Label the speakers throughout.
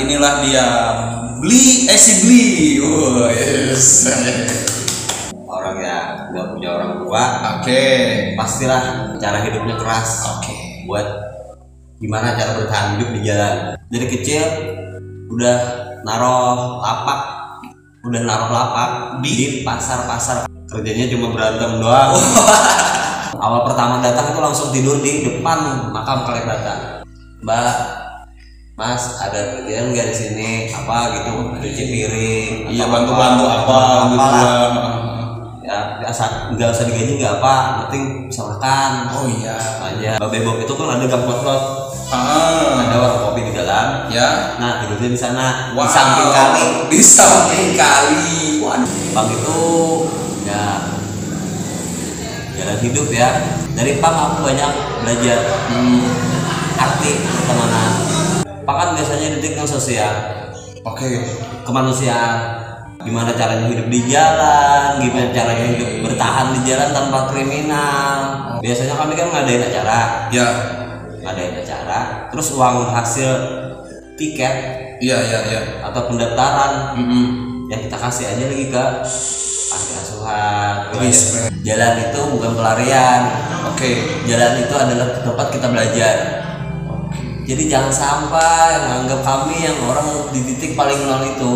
Speaker 1: inilah dia Glee, eh si Glee. Wah, yes.
Speaker 2: orang yang nggak punya orang tua ya
Speaker 1: Oke,
Speaker 2: pastilah cara hidupnya keras
Speaker 1: oke.
Speaker 2: buat gimana cara bertahan hidup di jalan dari kecil udah naruh lapak udah naruh lapak di, pasar pasar kerjanya cuma berantem doang
Speaker 1: Oh.
Speaker 2: awal pertama datang itu langsung tidur di depan makam kalian datang mbak mas ada kerjaan nggak di sini apa gitu cuci piring
Speaker 1: Iya
Speaker 2: atau
Speaker 1: bantu-bantu apa gitu
Speaker 2: apalah.
Speaker 1: lah.
Speaker 2: ya asal nggak usah digaji nggak apa yang penting bisa makan
Speaker 1: Oh iya.
Speaker 2: aja babe bob itu kan ada gang potlot
Speaker 1: Ah,
Speaker 2: ada warung kopi di jalan
Speaker 1: ya.
Speaker 2: nah tidurnya di sana
Speaker 1: Wow.
Speaker 2: di samping kali
Speaker 1: Di samping kali. Waduh.
Speaker 2: pang itu ya jalan hidup ya dari pang aku banyak belajar
Speaker 1: Hmm,
Speaker 2: arti pertemanan pang kan biasanya detik yang sosial
Speaker 1: Oke.
Speaker 2: kemanusiaan gimana caranya hidup di jalan gimana caranya hidup bertahan di jalan tanpa kriminal biasanya kami kan ngadain acara
Speaker 1: Ya.
Speaker 2: ngadain acara terus uang hasil tiket
Speaker 1: Iya, iya, iya.
Speaker 2: atau
Speaker 1: Hmm,
Speaker 2: pendaftaran
Speaker 1: Mm-mm.
Speaker 2: yang kita kasih aja lagi ke panti asuhan Gitu
Speaker 1: Respect.
Speaker 2: jalan itu bukan pelarian
Speaker 1: Oke.
Speaker 2: jalan itu adalah tempat kita belajar jadi jangan sampai menganggap kami yang orang di titik paling nol itu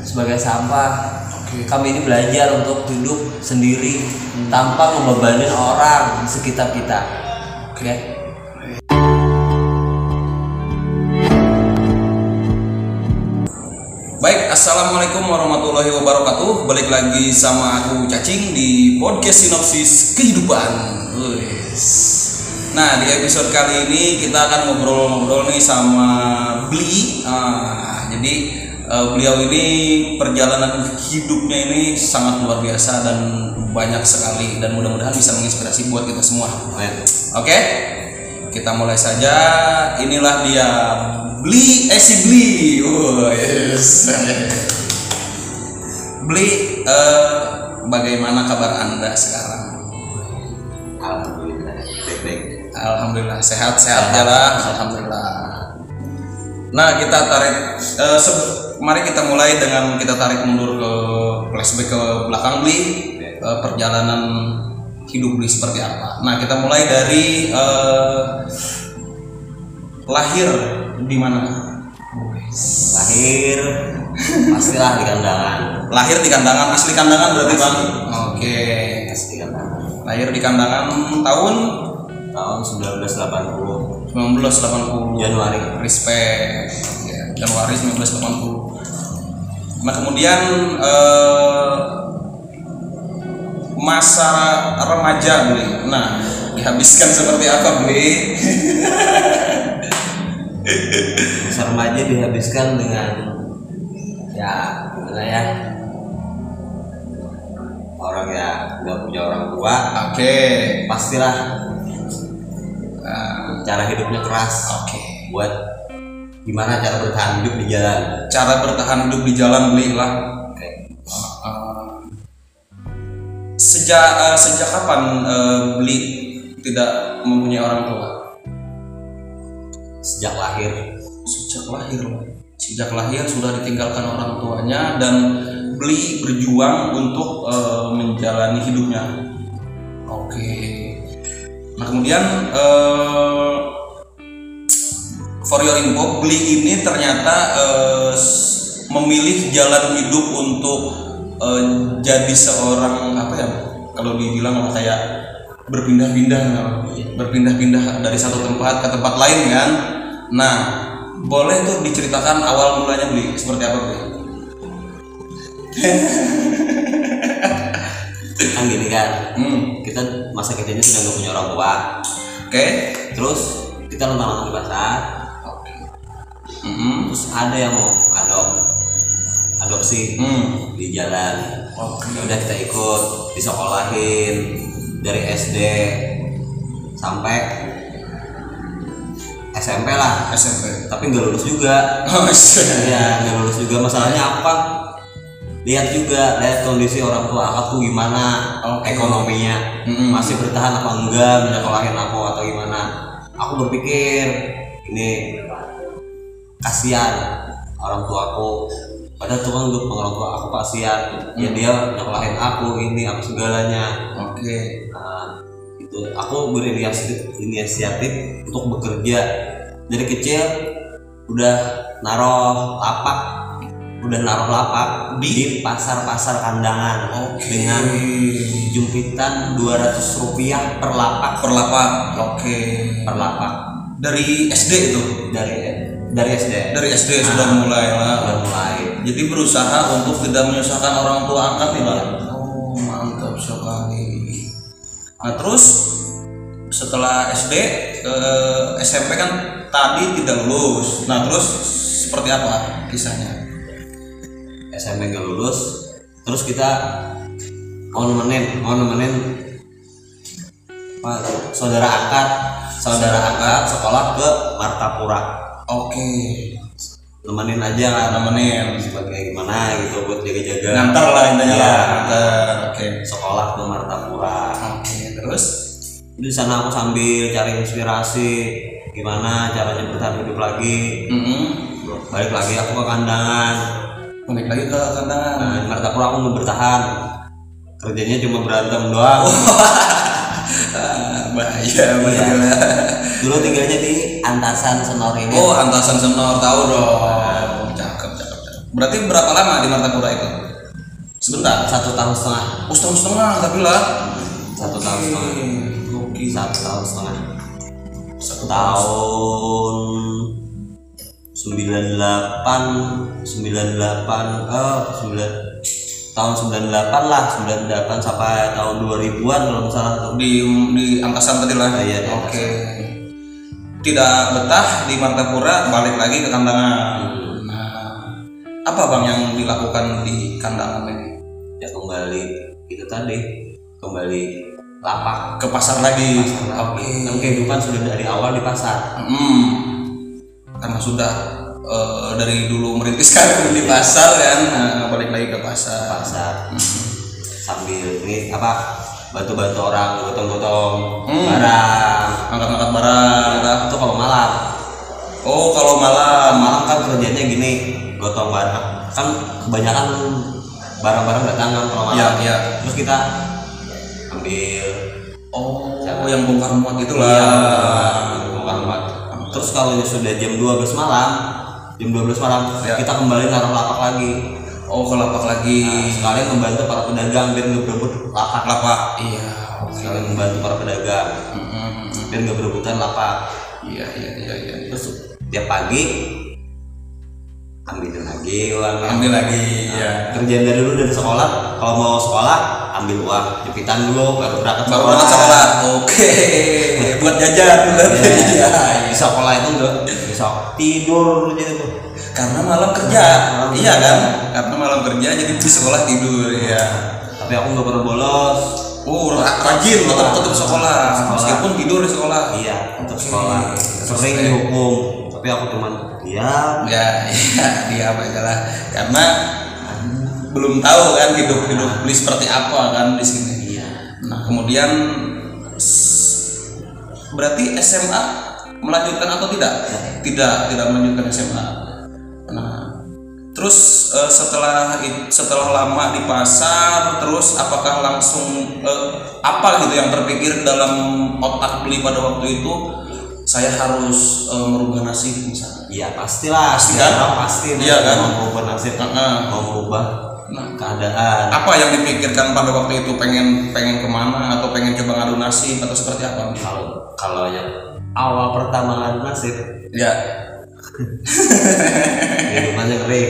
Speaker 2: sebagai sampah
Speaker 1: Oke.
Speaker 2: kami ini belajar untuk hidup sendiri tanpa ngebebanin orang di sekitar kita oke
Speaker 1: Baik, assalamualaikum warahmatullahi wabarakatuh. Balik lagi sama aku Cacing di podcast sinopsis kehidupan. Wes. Nah di episode kali ini kita akan ngobrol-ngobrol nih sama Bli. Ah, jadi eh, beliau ini perjalanan hidupnya ini sangat luar biasa dan banyak sekali dan mudah-mudahan bisa menginspirasi buat kita semua.
Speaker 2: Keren.
Speaker 1: Oke, kita mulai saja. Inilah dia Bli eh si Bli. Wah, yes. Bli, eh, bagaimana kabar anda sekarang?
Speaker 2: Alhamdulillah baik-baik.
Speaker 1: Alhamdulillah sehat sehat ya lah. Alhamdulillah. Nah kita tarik, eh, se- mari kita mulai dengan kita tarik mundur ke flashback ke belakang Bli. Eh, perjalanan hidup Bli seperti apa? Nah kita mulai dari eh, lahir di mana?
Speaker 2: Lahir pastilah di kandangan.
Speaker 1: Lahir di kandangan asli kandangan berarti bang? Oke.
Speaker 2: Pasti kandangan.
Speaker 1: Lahir di kandangan tahun
Speaker 2: Tahun 1980
Speaker 1: 1980.
Speaker 2: Januari.
Speaker 1: respect ya, Januari 1980 nah kemudian eh, masa remaja beli nah dihabiskan seperti apa beli
Speaker 2: Masa remaja dihabiskan dengan ya gimana ya orang yang nggak punya orang tua ya
Speaker 1: oke
Speaker 2: pastilah
Speaker 1: Nah,
Speaker 2: cara hidupnya keras
Speaker 1: oke
Speaker 2: buat gimana cara bertahan hidup di jalan.
Speaker 1: cara bertahan hidup di jalan beli lah
Speaker 2: Oke.
Speaker 1: Eh, sejak eh, sejak kapan eh, beli tidak mempunyai orang tua
Speaker 2: Sejak lahir
Speaker 1: sejak lahir loh. sejak lahir sudah ditinggalkan orang tuanya dan beli berjuang untuk eh, menjalani hidupnya oke nah kemudian eh, for your info beli ini ternyata eh, s- memilih jalan hidup untuk eh, jadi seorang apa ya kalau dibilang lah kayak berpindah-pindah berpindah-pindah dari satu tempat ke tempat lain kan nah boleh tuh diceritakan awal mulanya beli seperti apa beli
Speaker 2: kan gini kan
Speaker 1: hmm.
Speaker 2: kita masa kecilnya sudah nggak punya orang tua
Speaker 1: oke
Speaker 2: terus kita lontang-lontang di pasar
Speaker 1: Mm-mm.
Speaker 2: terus ada yang mau adop adopsi
Speaker 1: Hmm.
Speaker 2: di jalan
Speaker 1: oke
Speaker 2: ya udah kita ikut disekolahin dari SD sampai SMP lah
Speaker 1: SMP
Speaker 2: tapi nggak lulus juga
Speaker 1: Oh,
Speaker 2: ya nggak lulus juga masalahnya apa lihat juga lihat kondisi orang tua aku gimana
Speaker 1: Oke.
Speaker 2: ekonominya
Speaker 1: Mm-mm.
Speaker 2: masih bertahan apa enggak menyekolahkan aku atau gimana aku berpikir ini kasihan orang tuaku padahal Tuhan untuk orang tua aku kasihan ya dia nyekolahin aku ini apa segalanya
Speaker 1: Oke.
Speaker 2: Nah, itu aku berinisiatif inisiatif untuk bekerja dari kecil udah naruh lapak udah naruh lapak di, pasar-pasar kandangan
Speaker 1: Oke.
Speaker 2: dengan jumpitan 200 rupiah per lapak
Speaker 1: per lapak. Oke.
Speaker 2: per lapak
Speaker 1: Dari SD itu.
Speaker 2: dari dari SD
Speaker 1: Dari SD Ya, sudah mulai lah.
Speaker 2: udah mulai
Speaker 1: Jadi berusaha untuk tidak menyusahkan orang tua angkat nih Pak.
Speaker 2: Iya.
Speaker 1: Oh mantap sekali. Nah terus setelah SD ke SMP kan tadi tidak lulus. Nah terus seperti apa kisahnya?
Speaker 2: SMP nggak lulus terus kita mau nemenin mau nemenin apa, saudara angkat saudara angkat sekolah ke Martapura
Speaker 1: Oke,
Speaker 2: nemenin aja lah
Speaker 1: nemenin. Nah.
Speaker 2: sebagai gimana gitu buat jaga-jaga
Speaker 1: Nganter lah intinya
Speaker 2: Iya.
Speaker 1: lah. Nganter. Oke.
Speaker 2: sekolah ke Martapura
Speaker 1: Oke terus.
Speaker 2: di sana aku sambil cari inspirasi gimana caranya bertahan hidup lagi
Speaker 1: Mm-mm.
Speaker 2: balik lagi aku ke kandangan
Speaker 1: Balik lagi ke kandangan.
Speaker 2: nah, di Martapura aku nggak bertahan kerjanya cuma berantem doang
Speaker 1: Ah, bahaya bahaya.
Speaker 2: dulu tinggalnya di Antasan Senori
Speaker 1: Oh, antasan senor tahu dong. Oh, Cakep, cakep, cakep. Berarti berapa lama di Martapura itu? Sebentar.
Speaker 2: satu tahun setengah
Speaker 1: Oh, setahun setengah tapi lah.
Speaker 2: satu tahun setengah
Speaker 1: Oke.
Speaker 2: satu tahun setengah satu tahun sembilan delapan sembilan delapan eh sembilan tahun sembilan delapan lah sembilan delapan sampai tahun dua ribuan kalau nggak salah tuh
Speaker 1: Di di angkasan tadi lah.
Speaker 2: Ah, iya, di
Speaker 1: Oke. Tidak betah di Martapura, balik lagi ke kandangan. Nah, apa bang yang dilakukan di kandangan ini?
Speaker 2: ya kembali itu tadi kembali lapak
Speaker 1: Ke pasar lagi.
Speaker 2: oke kan kehidupan sudah dari awal di pasar
Speaker 1: Hmm. Karena sudah eh, dari dulu merintiskan di pasar kan, nah, balik lagi ke pasar.
Speaker 2: pasar sambil ini apa bantu-bantu orang gotong-gotong
Speaker 1: Hmm.
Speaker 2: barang
Speaker 1: angkat-angkat barang lah.
Speaker 2: itu kalau malam
Speaker 1: Oh kalau malam
Speaker 2: malam kan kerjanya gini gotong barang kan kebanyakan barang-barang datang kan kalau malam
Speaker 1: ya ya.
Speaker 2: terus kita ambil
Speaker 1: Oh yang bongkar muat itulah.
Speaker 2: bukan buat terus kalau sudah jam 12 malam jam 12 malam
Speaker 1: Ya.
Speaker 2: kita kembali naruh lapak lagi
Speaker 1: Oh ke lapak lagi.
Speaker 2: sekalian membantu para pedagang biar nggak berebut lapak
Speaker 1: Lapak. Iya. oke.
Speaker 2: sekalian membantu para pedagang
Speaker 1: Mm-mm.
Speaker 2: biar nggak berebutan lapak
Speaker 1: Hmm, Iya iya iya iya.
Speaker 2: terus tiap pagi ambil lagi uangnya
Speaker 1: Ambil lagi. Iya.
Speaker 2: kerjaan dari dulu dari sekolah kalau mau sekolah ambil uang jepitan dulu baru berangkat
Speaker 1: Baru berangkat sekolah. Oke. Buat jajan. berarti.
Speaker 2: Iya,
Speaker 1: Iya.
Speaker 2: di sekolah itu enggak bisa tidur aja itu
Speaker 1: Karena malam kerja.
Speaker 2: Malam
Speaker 1: Iya
Speaker 2: kerja.
Speaker 1: kan? Karena malam kerja jadi di sekolah tidur ya.
Speaker 2: tapi aku nggak pernah bolos
Speaker 1: Oh ra- rajin tetap tetap sekolah.
Speaker 2: Sekolah.
Speaker 1: Meskipun tidur di sekolah.
Speaker 2: iya tetap
Speaker 1: Oke.
Speaker 2: sekolah sering
Speaker 1: Oke.
Speaker 2: dihukum tapi aku cuman ya
Speaker 1: ya ya diam aja lah karena belum tahu kan hidup hidup beli seperti apa kan di sini
Speaker 2: iya
Speaker 1: nah kemudian s- berarti SMA melanjutkan atau tidak tidak tidak melanjutkan SMA nah terus eh, setelah it- setelah lama di pasar terus apakah langsung eh, apa gitu yang terpikir dalam otak beli pada waktu itu saya harus eh, merubah nasib misalnya
Speaker 2: iya pastilah
Speaker 1: Pasti
Speaker 2: setiap
Speaker 1: kan?
Speaker 2: orang pasti
Speaker 1: Iya kan?
Speaker 2: mau berubah nasib
Speaker 1: Heeh.
Speaker 2: mau berubah
Speaker 1: Nah,
Speaker 2: keadaan
Speaker 1: apa yang dipikirkan pada waktu itu pengen pengen kemana atau pengen coba ngadu nasib atau seperti apa?
Speaker 2: kalau kalau yang awal pertama ngadu nasib
Speaker 1: Ya,
Speaker 2: kehidupannya ya ngeri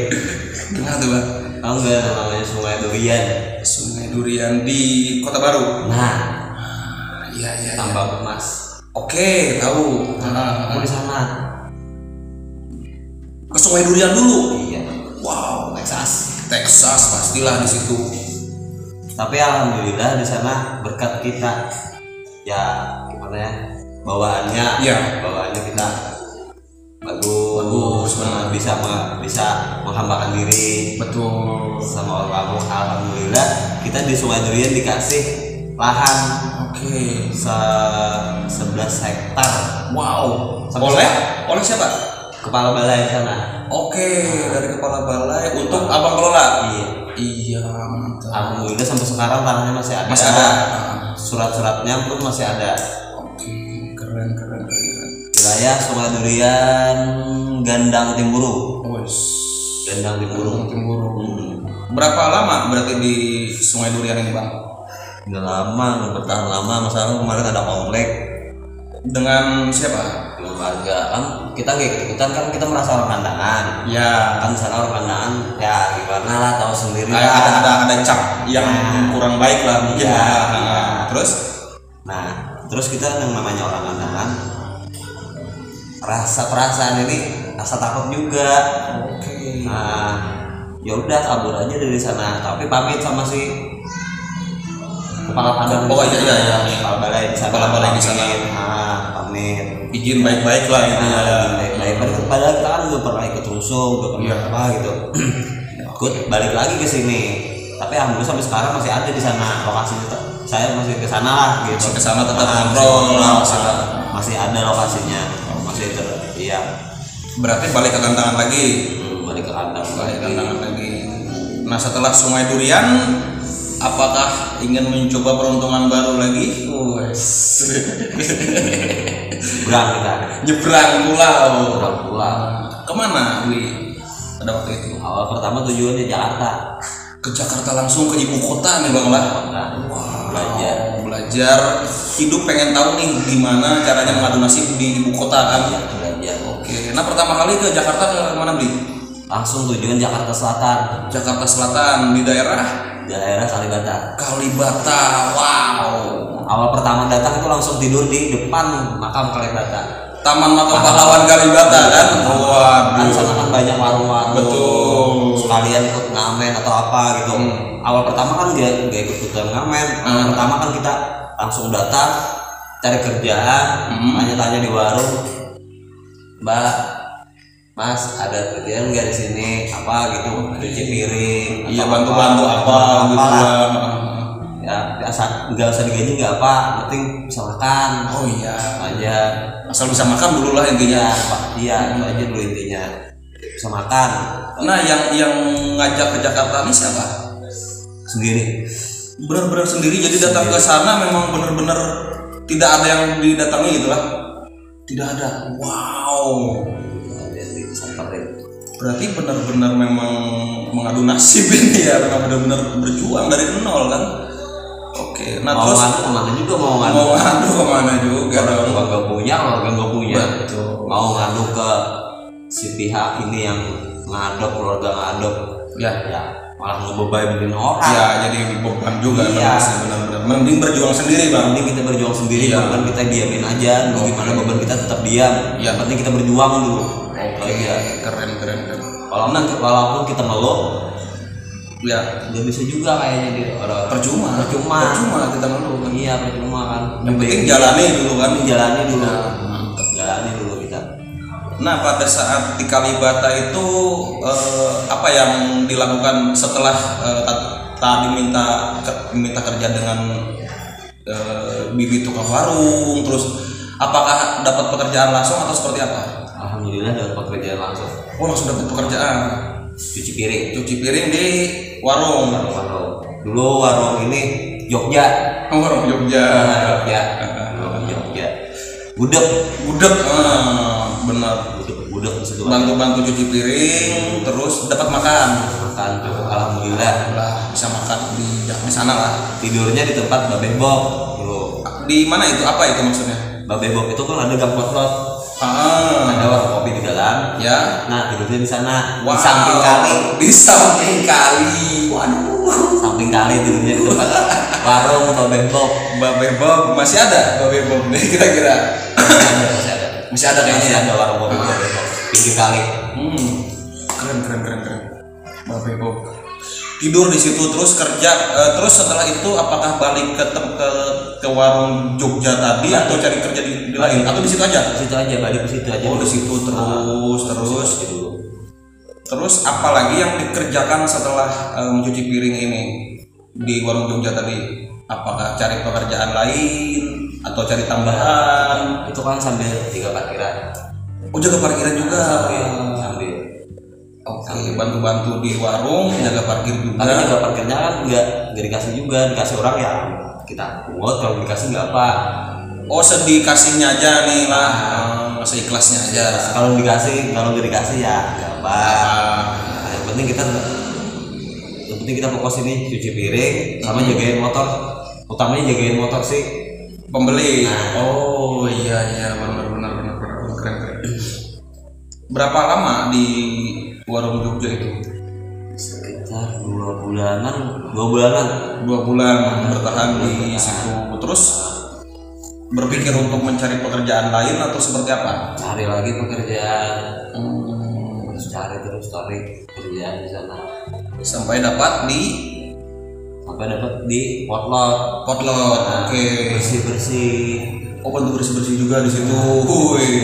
Speaker 1: gimana tuh bang?
Speaker 2: tahu nggak namanya sungai durian
Speaker 1: Sungai Durian di Kota Baru.
Speaker 2: nah
Speaker 1: Ah, Iya iya. iya.
Speaker 2: tambang emas
Speaker 1: Oke tahu.
Speaker 2: aku
Speaker 1: Ah,
Speaker 2: di sana
Speaker 1: Ke Sungai Durian dulu.
Speaker 2: iya
Speaker 1: Wow,
Speaker 2: Texas
Speaker 1: Texas pastilah di situ.
Speaker 2: tapi alhamdulillah di sana berkat kita ya gimana ya bawaannya
Speaker 1: Iya.
Speaker 2: bawaannya kita bagus,
Speaker 1: Bagus, benar.
Speaker 2: bisa me- bisa menghambakan diri
Speaker 1: Betul.
Speaker 2: sama orang kamu alhamdulillah kita di Sungai Durian dikasih lahan
Speaker 1: Oke.
Speaker 2: se 11 hektar
Speaker 1: Wow.
Speaker 2: Sampai
Speaker 1: Oleh oleh siapa?
Speaker 2: kepala balai sana
Speaker 1: Oke, dari kepala balai untuk abang kelola.
Speaker 2: Iya.
Speaker 1: Iya, mantap.
Speaker 2: Alhamdulillah sampai sekarang tanahnya masih ada.
Speaker 1: Masih ada. Ah.
Speaker 2: Surat-suratnya pun masih ada.
Speaker 1: Oke, keren keren keren. keren.
Speaker 2: Wilayah Sungai Durian Gandang Timburu.
Speaker 1: Wes.
Speaker 2: Gandang Timburu.
Speaker 1: burung cemburu.
Speaker 2: Hmm.
Speaker 1: Berapa lama berarti di Sungai Durian ini, Bang?
Speaker 2: Udah lama, udah bertahan lama. Masalah kemarin ada komplek
Speaker 1: Dengan siapa?
Speaker 2: dengan warga kan kita nggak ikut-ikutan kan kita merasa orang kandangan
Speaker 1: Ya,
Speaker 2: kan di sana orang kandangan ya gimana lah tahu sendiri
Speaker 1: ada
Speaker 2: lah
Speaker 1: ada ada cap yang kurang baik lah mungkin.
Speaker 2: Ya.
Speaker 1: lah. Nah, Terus
Speaker 2: Nah, terus kita yang namanya orang kandangan rasa perasaan ini rasa takut juga.
Speaker 1: oke.
Speaker 2: Nah, ya udah kabur aja dari sana. Tapi pamit sama si kepala padang.
Speaker 1: Oh, iya, iya, iya.
Speaker 2: Kepala balai di sana.
Speaker 1: Kepala balai di sana.
Speaker 2: Pamit. Nah, pamit.
Speaker 1: Izin baik-baik lah gitu ya.
Speaker 2: Baik-baik. Padahal- Padahal kita kan juga pernah ikut rusuh, gak pernah
Speaker 1: Iya.
Speaker 2: apa gitu. Ikut balik lagi ke sini. Tapi alhamdulillah sampai sekarang masih ada di sana lokasinya. tetap- Saya masih ke sana lah gitu.
Speaker 1: Masih ke sana tetap
Speaker 2: Ah,
Speaker 1: ngobrol
Speaker 2: masih-
Speaker 1: lah, masih ada.
Speaker 2: Masih ada lokasinya. Masih ter iya.
Speaker 1: Berarti balik ke kantangan lagi.
Speaker 2: Hmm, balik ke kandang.
Speaker 1: Balik ke kantangan lagi. Nah, setelah Sungai Durian apakah ingin mencoba peruntungan baru lagi? Wes.
Speaker 2: Berang kita.
Speaker 1: Nyebrang pulau.
Speaker 2: Berang pulang.
Speaker 1: Kemana, Wi? Pada waktu itu.
Speaker 2: Awal pertama tujuannya Jakarta.
Speaker 1: ke Jakarta langsung ke ibu kota nih bang lah
Speaker 2: Nah, belajar.
Speaker 1: belajar hidup pengen tahu nih gimana caranya mengadu nasib di ibu kota kan
Speaker 2: Belajar, belajar.
Speaker 1: oke nah pertama kali ke Jakarta ke mana beli
Speaker 2: Langsung tujuan Jakarta Selatan.
Speaker 1: Jakarta Selatan di daerah
Speaker 2: Daerah Kalibata.
Speaker 1: Kalibata wow
Speaker 2: Awal pertama datang itu langsung tidur di depan makam Kalibata.
Speaker 1: Taman Makam Pahlawan Kalibata kan
Speaker 2: Kan
Speaker 1: waduh
Speaker 2: sana kan banyak warung-warung.
Speaker 1: Iya. Betul. Hmm.
Speaker 2: Sekalian ikut ngamen atau apa gitu. Awal pertama kan gak, gak ikut ikutan ngamen. Awal pertama kan kita langsung datang cari kerjaan,
Speaker 1: Hmm.
Speaker 2: tanya-tanya di warung. Mbak, Mas ada kerjaan nggak di sini? Apa gitu? Cuci piring?
Speaker 1: iya
Speaker 2: atau
Speaker 1: bantu bantu apa gitu
Speaker 2: Apalah.
Speaker 1: lah.
Speaker 2: Ya, biasa- nggak usah digaji nggak apa, yang penting bisa makan
Speaker 1: oh iya
Speaker 2: aja
Speaker 1: asal bisa makan dulu lah intinya
Speaker 2: iya pak iya itu aja dulu intinya bisa makan
Speaker 1: nah yang yang ngajak ke Jakarta ini siapa
Speaker 2: sendiri
Speaker 1: benar-benar sendiri jadi datang ke sana memang benar-benar tidak ada yang didatangi gitu lah tidak ada wow
Speaker 2: jadi samperin
Speaker 1: berarti benar-benar memang mengadu nasib ini ya memang benar-benar berjuang dari nol kan oke nah
Speaker 2: mau
Speaker 1: terus
Speaker 2: ngadu kemana juga mau ngadu
Speaker 1: mau ngadu kemana juga dong
Speaker 2: kalau nggak punya kalau nggak punya
Speaker 1: Betul.
Speaker 2: mau ngadu ke si pihak ini yang ngadop keluarga ngadop
Speaker 1: ya
Speaker 2: ya malah ngebebanin orang
Speaker 1: ya jadi beban juga
Speaker 2: Iya.
Speaker 1: benar sih, benar-benar mending berjuang sendiri bang
Speaker 2: Yang penting kita berjuang sendiri
Speaker 1: Iya.
Speaker 2: beban kita diamin aja mau gimana beban kita tetap diam
Speaker 1: Iya.
Speaker 2: yang penting kita berjuang dulu Kalau iya.
Speaker 1: keren keren keren
Speaker 2: walaupun walaupun kita ngeluh
Speaker 1: ya
Speaker 2: nggak bisa juga kayaknya di orang
Speaker 1: percuma
Speaker 2: Percuma.
Speaker 1: percuma kita ngeluh kan
Speaker 2: iya percuma kan
Speaker 1: yang penting jalani dulu kan
Speaker 2: jalani dulu
Speaker 1: mantap.
Speaker 2: jalani dulu kita
Speaker 1: Nah pada saat di Kalibata itu eh, apa yang dilakukan setelah eh, ta- tadi minta ke- minta kerja dengan eh, bibi tukang warung terus apakah dapat pekerjaan langsung atau seperti apa?
Speaker 2: alhamdulillah dapat pekerjaan langsung
Speaker 1: Oh langsung dapat pekerjaan
Speaker 2: cuci piring
Speaker 1: cuci piring di warung
Speaker 2: warung dulu warung ini Jogja Nah,
Speaker 1: Oh, warung Jogja
Speaker 2: Jogja warung Jogja gudeg
Speaker 1: gudeg eh, benar
Speaker 2: gudeg gudeg di
Speaker 1: Nah.
Speaker 2: situ
Speaker 1: bantu-bantu cuci piring terus dapat makan
Speaker 2: makan tuh alhamdulillah
Speaker 1: lah bisa makan di, di sana lah
Speaker 2: tidurnya di tempat Babeh Bob dulu
Speaker 1: di mana itu apa itu maksudnya
Speaker 2: Babeh Bob itu kan ada gang potlot
Speaker 1: ah
Speaker 2: ada warung kopi di dalam
Speaker 1: ya
Speaker 2: nah tidurnya di sana
Speaker 1: Wow.
Speaker 2: di samping kali
Speaker 1: di samping kali waduh
Speaker 2: samping kali tidurnya di tempat warung Babeh Bob
Speaker 1: babe bob masih ada babe bob nih kira-kira
Speaker 2: ada masih ada
Speaker 1: masih ada
Speaker 2: Masih
Speaker 1: kayaknya ya
Speaker 2: ada warung kopi Babeh Bob pinggir kali
Speaker 1: hmm keren keren keren keren babe bob tidur di situ terus kerja Eh, terus setelah itu apakah balik ke tem- ke ke warung Jogja tadi atau cari kerja di, di lain atau di situ aja
Speaker 2: ke situ aja balik ke situ aja
Speaker 1: oh di situ terus terus
Speaker 2: Terus gitu. dulu
Speaker 1: Terus apalagi yang dikerjakan setelah eh, mencuci piring ini di warung Jogja tadi? Apakah cari pekerjaan lain atau cari tambahan? Ah.
Speaker 2: itu kan sambil tiga parkiran
Speaker 1: Oh jaga parkiran juga.
Speaker 2: sambil sambil
Speaker 1: Oke, bantu-bantu di warung, jaga parkir juga.
Speaker 2: tapi juga parkirnya kan nggak nggak dikasih juga dikasih orang ya kita pungut kalau dikasih nggak apa
Speaker 1: Oh, sedih kasihnya aja nih lah, eh, seikhlasnya aja.
Speaker 2: kalau dikasih kalau nggak dikasih ya nggak apa
Speaker 1: Ah,
Speaker 2: Nah, yang penting kita yang penting kita fokus ini cuci piring sama
Speaker 1: Hmm.
Speaker 2: jagain motor utamanya jagain motor sih
Speaker 1: pembeli.
Speaker 2: Nah.
Speaker 1: Oh iya iya benar-benar benar-benar keren keren. Berapa lama di warung Jogja itu?
Speaker 2: sekitar dua bulanan dua bulanan
Speaker 1: Dua bulan bertahan di situ. Terus berpikir untuk mencari pekerjaan lain atau seperti apa?
Speaker 2: cari lagi pekerjaan
Speaker 1: Hmm,
Speaker 2: terus cari terus cari pekerjaan di sana
Speaker 1: sampai dapat di
Speaker 2: sampai dapat di potlot
Speaker 1: potlot. Oke.
Speaker 2: bersih bersih
Speaker 1: Oh bantu bersih bersih juga di situ. Wih.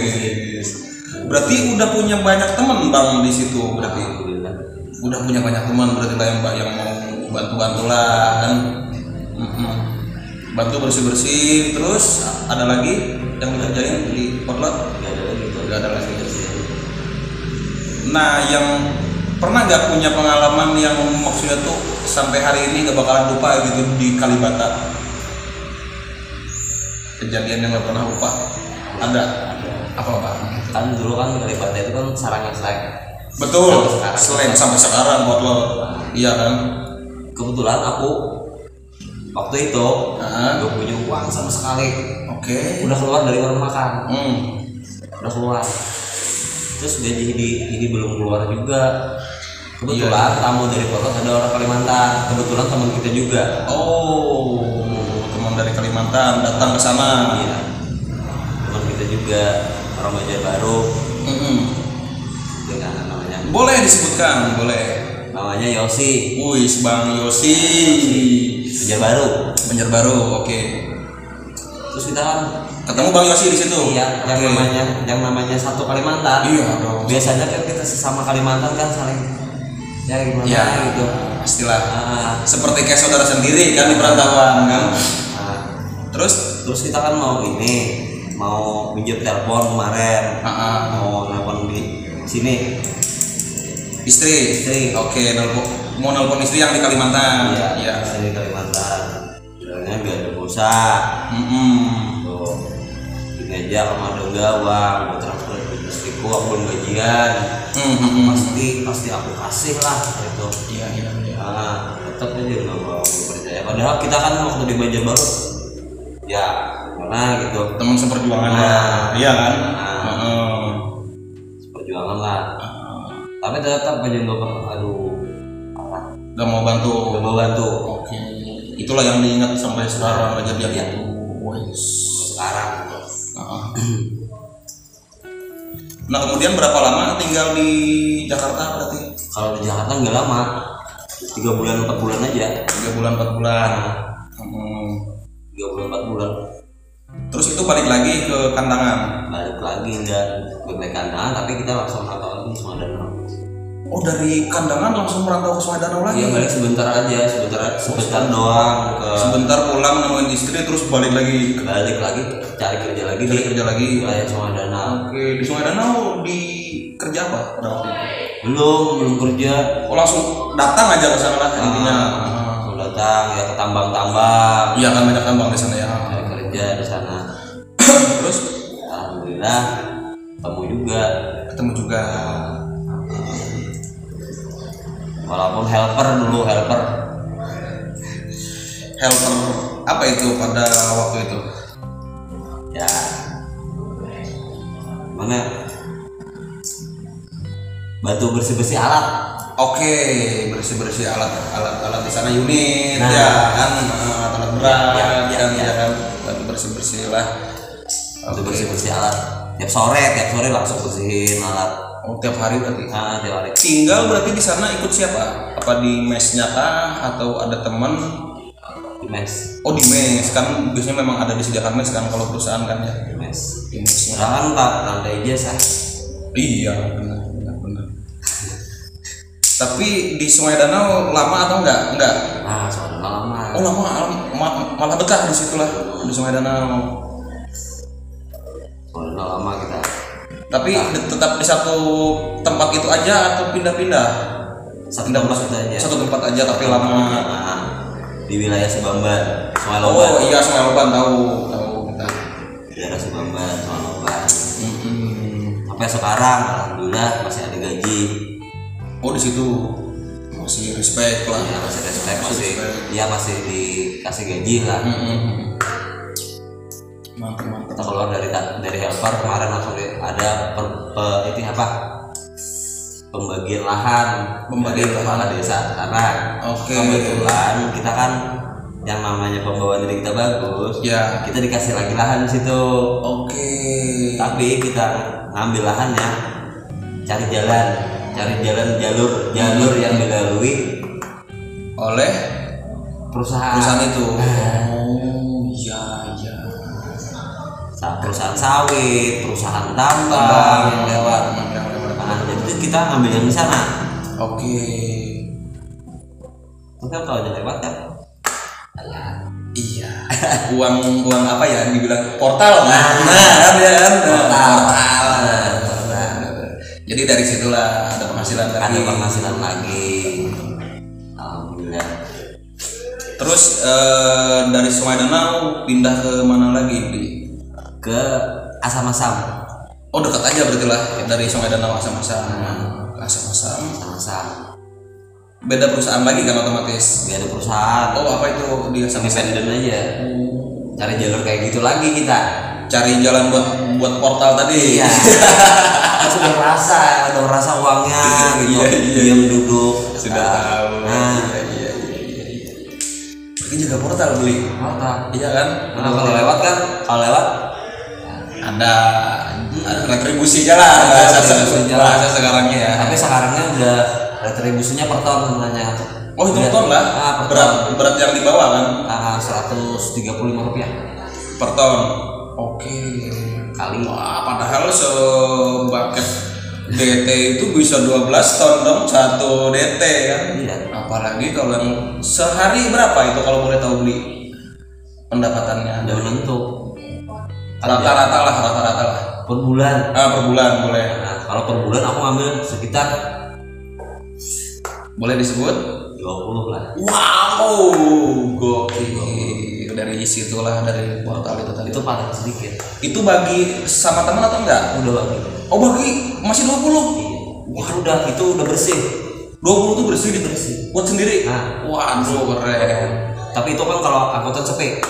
Speaker 1: Berarti udah punya banyak teman bang di situ berarti. udah punya banyak teman berarti lah yang yang mau bantu bantu lah kan Mm-mm. bantu bersih bersih terus ada lagi yang dikerjain di potlot
Speaker 2: nggak ada lagi tuh.
Speaker 1: nggak ada lagi nah yang pernah nggak punya pengalaman yang maksudnya tuh sampai hari ini nggak bakalan lupa gitu di Kalibata kejadian yang nggak pernah lupa ada apa apa
Speaker 2: kan dulu kan Kalibata itu kan sarangnya sarang
Speaker 1: betul
Speaker 2: Sampai sekarang.
Speaker 1: selain sampai sekarang potlot iya kan
Speaker 2: kebetulan aku waktu itu
Speaker 1: Nah,
Speaker 2: nggak punya uang sama sekali
Speaker 1: oke
Speaker 2: udah keluar dari warung makan
Speaker 1: Hmm.
Speaker 2: udah keluar terus gaji ini ini belum keluar juga kebetulan tamu dari Potlot ada orang Kalimantan kebetulan teman kita juga
Speaker 1: Oh, teman dari Kalimantan datang ke sana.
Speaker 2: iya teman kita juga orang Banjarbaru
Speaker 1: Mm-mm.
Speaker 2: dengan namanya
Speaker 1: Hmm. Boleh disebutkan, boleh.
Speaker 2: namanya Yosi
Speaker 1: Wih, Bang Yosi.
Speaker 2: Banjarbaru
Speaker 1: Banjarbaru, oke.
Speaker 2: terus kita kan
Speaker 1: Ketemu Bang Yosi di situ.
Speaker 2: iya yang
Speaker 1: Oke.
Speaker 2: namanya yang namanya satu Kalimantan
Speaker 1: Iya dong.
Speaker 2: biasanya kan kita sesama Kalimantan kan saling ya gimana
Speaker 1: Iya.
Speaker 2: gitu
Speaker 1: Pastilah.
Speaker 2: Ah,
Speaker 1: Seperti kayak saudara sendiri kan di perantauan kan.
Speaker 2: ah.
Speaker 1: Terus,
Speaker 2: terus kita kan mau ini mau pinjam telepon kemarin
Speaker 1: ah, ah,
Speaker 2: mau nelpon di sini
Speaker 1: istri.
Speaker 2: istri
Speaker 1: Oke, nelpon- mau nelpon istri yang di Kalimantan.
Speaker 2: iya
Speaker 1: Iya.
Speaker 2: istri di Kalimantan bilangnya nggak ada pulsa
Speaker 1: Mm-mm.
Speaker 2: tuh gini aja kamu ada nggak uang buat transfer ke istriku aku belum gajian
Speaker 1: Mm-mm.
Speaker 2: pasti pasti aku kasih lah gitu
Speaker 1: Iya, iya, iya.
Speaker 2: ah tetap aja nggak mau percaya padahal kita kan waktu di Banjarbaru ya gimana gitu
Speaker 1: teman seperjuangan
Speaker 2: Nah.
Speaker 1: ya iya kan
Speaker 2: Nah.
Speaker 1: Heeh. Ah,
Speaker 2: perjuangan lah tapi tetap aja nggak pernah aduh parah
Speaker 1: udah mau bantu
Speaker 2: nggak mau bantu
Speaker 1: oke itulah yang diingat sampai sekarang aja gitu. biar itu Wes.
Speaker 2: sekarang
Speaker 1: Heeh. Ah, nah kemudian berapa lama tinggal di Jakarta berarti
Speaker 2: kalau di Jakarta nggak lama tiga bulan empat bulan aja
Speaker 1: tiga bulan empat bulan Heeh.
Speaker 2: tiga bulan empat bulan
Speaker 1: Hmm. terus itu balik lagi ke kantangan
Speaker 2: balik lagi dan berbalik kanan tapi kita langsung nonton lagi sama danau
Speaker 1: oh dari kandangan langsung merantau ke Sumedang lagi
Speaker 2: iya balik sebentar aja sebentar sebentar doang ke
Speaker 1: sebentar pulang nemuin istri terus balik lagi
Speaker 2: balik lagi cari kerja lagi di
Speaker 1: Cari kerja lagi
Speaker 2: wilayah sama danau
Speaker 1: oke di Sumedang di kerja apa pada waktu itu
Speaker 2: belum belum kerja
Speaker 1: Oh langsung datang aja ke sana lah intinya.
Speaker 2: eh,
Speaker 1: Ah.
Speaker 2: Aku datang ya ke tambang-tambang
Speaker 1: Iya kan banyak tambang di sana ya.
Speaker 2: cari kerja di sana
Speaker 1: Terus
Speaker 2: alhamdulillah ketemu juga
Speaker 1: ketemu juga.
Speaker 2: walaupun helper dulu helper
Speaker 1: Helper apa itu pada waktu itu?
Speaker 2: ya mana bantu bersih bersih alat
Speaker 1: Oke bersih bersih alat alat alat di sana unit
Speaker 2: Nah.
Speaker 1: ya kan alat alat berat
Speaker 2: Ya, ya,
Speaker 1: kan
Speaker 2: ya.
Speaker 1: ya kan bersih bersih lah.
Speaker 2: bantu bersih bersih alat tiap sore tiap sore langsung bersihin alat
Speaker 1: Oh tiap hari berarti.
Speaker 2: nah, tiap hari
Speaker 1: Tinggal berarti di sana ikut siapa? Apa di mesnya kah atau ada teman?
Speaker 2: di mes
Speaker 1: Oh di mes kan biasanya memang ada disediakan mes kan kalau perusahaan kan ya.
Speaker 2: di mes
Speaker 1: Di mesnya.
Speaker 2: sekarang tak lantai jasa
Speaker 1: Iya benar benar benar. Tapi di Sungai Danau lama atau enggak? Enggak.
Speaker 2: nah soalnya lama
Speaker 1: Oh lama, lama malah betah di situ lah di Sungai Danau.
Speaker 2: soalnya lama kita
Speaker 1: Tapi di- tetap di satu tempat itu aja atau pindah-pindah?
Speaker 2: satu tempat aja
Speaker 1: Satu tempat aja tapi lama.
Speaker 2: ya. Nah, di wilayah Subamban Sungai Loban
Speaker 1: Oh iya, Sungai Loban tahu, tahu kita.
Speaker 2: daerah Subamban Sungai Loban
Speaker 1: Mm-mm.
Speaker 2: sampai sekarang alhamdulillah masih ada gaji
Speaker 1: Oh di situ masih respect lah.
Speaker 2: ya, masih respect
Speaker 1: Iya, Masih
Speaker 2: masih
Speaker 1: respect.
Speaker 2: ya masih dikasih gaji lah
Speaker 1: Mm-mm. Mantap mantap.
Speaker 2: kita keluar dari dari helper kemarin langsung di- ada per, pe- itu apa pembagian lahan
Speaker 1: Pembagian
Speaker 2: dari kepala desa karena
Speaker 1: Oke.
Speaker 2: kebetulan kita kan yang namanya pembawaan diri kita bagus
Speaker 1: Ya.
Speaker 2: kita dikasih lagi lahan di situ
Speaker 1: Oke.
Speaker 2: tapi kita ngambil lahannya cari jalan cari jalan jalur jalur yang dilalui
Speaker 1: Oleh
Speaker 2: perusahaan
Speaker 1: perusahaan itu. Oh iya iya.
Speaker 2: Sa- perusahaan sawit perusahaan tambang
Speaker 1: Tambang.
Speaker 2: yang lewat
Speaker 1: Yang lewat.
Speaker 2: nah, jadi kita ngambil yang di sana
Speaker 1: Oke.
Speaker 2: Mungkin kalau udah lewat kan
Speaker 1: Iya. uang uang apa ya dibilang portal nah,
Speaker 2: Ah.
Speaker 1: nah kan ya kan portal. Jadi dari situlah ada penghasilan dari
Speaker 2: ada Kan penghasilan lagi Alhamdulillah
Speaker 1: Terus eh, dari Sungai Danau pindah ke mana lagi di?
Speaker 2: Ke asam-asam
Speaker 1: Oh dekat aja berarti lah dari Sungai Danau asam-asam.
Speaker 2: Hmm.
Speaker 1: Asam-asam.
Speaker 2: Asam-asam
Speaker 1: Beda perusahaan lagi kan otomatis.
Speaker 2: Gak ada perusahaan
Speaker 1: Oh apa itu di asam?
Speaker 2: Independen aja Cari jalur kayak gitu lagi kita
Speaker 1: Cari jalan buat buat portal tadi.
Speaker 2: Iya Terus udah merasa Udah merasa ya, uangnya gitu
Speaker 1: Iya, iya.
Speaker 2: Diam duduk
Speaker 1: Sudah tahu.
Speaker 2: Nah
Speaker 1: Iya iya iya. iya, iya. Berarti jaga portal beli.
Speaker 2: Mantap
Speaker 1: Iya kan?
Speaker 2: Karena kalau lewat kan Kalau lewat
Speaker 1: Ada ada retribusinya lah bahasa,
Speaker 2: retribusinya lah.
Speaker 1: bahasa sekarangnya ya.
Speaker 2: Tapi sekarangnya udah Retribusinya per ton sebenarnya
Speaker 1: Oh itu ton lah
Speaker 2: Ah, per
Speaker 1: berat berat yang dibawa kan
Speaker 2: Ah, 135 rupiah
Speaker 1: per ton. Oke.
Speaker 2: kali
Speaker 1: Wah, padahal sebaket DT itu bisa 12 ton dong satu DT kan.
Speaker 2: Iya.
Speaker 1: Apalagi kalau yang sehari berapa itu kalau boleh tahu beli pendapatannya.
Speaker 2: ada menentu
Speaker 1: Rata-rata lah, rata-rata lah.
Speaker 2: per bulan
Speaker 1: Ah, per bulan boleh.
Speaker 2: nah, kalau per bulan aku ngambil sekitar
Speaker 1: Boleh disebut?
Speaker 2: 20 lah
Speaker 1: Wow, gokil. Dari situlah dari portal itu tadi.
Speaker 2: itu paling sedikit
Speaker 1: Itu bagi sama teman atau enggak?
Speaker 2: udah bagi
Speaker 1: Oh, bagi masih 20.
Speaker 2: itu Iya kan udah itu udah bersih
Speaker 1: 20 tuh bersih di buat sendiri.
Speaker 2: Nah.
Speaker 1: Waduh, keren.
Speaker 2: tapi itu kan kalau angkutan sepi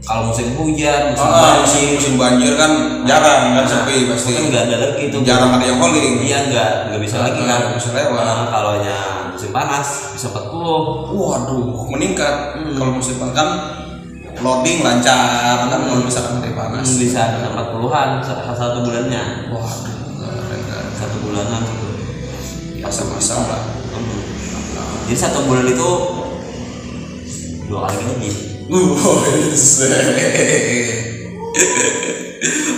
Speaker 2: kalau musim hujan musim
Speaker 1: Ah,
Speaker 2: hujan
Speaker 1: musim musim banjir kan jarang kan sepi
Speaker 2: kan
Speaker 1: pasti
Speaker 2: nggak ada lagi itu
Speaker 1: jarang ada yang calling
Speaker 2: iya nggak nggak bisa lagi kan
Speaker 1: Nggak bisa lewat.
Speaker 2: Nah, kalau nya musim panas bisa 40
Speaker 1: waduh meningkat kalau musim panas kan loading lancar kan kalau misalkan dari panas
Speaker 2: Hmm, bisa ada 40-an satu, satu bulannya
Speaker 1: waduh keren kan
Speaker 2: satu bulanan gitu
Speaker 1: masa-masa lah
Speaker 2: Hmm. jadi satu bulan itu dua kali gaji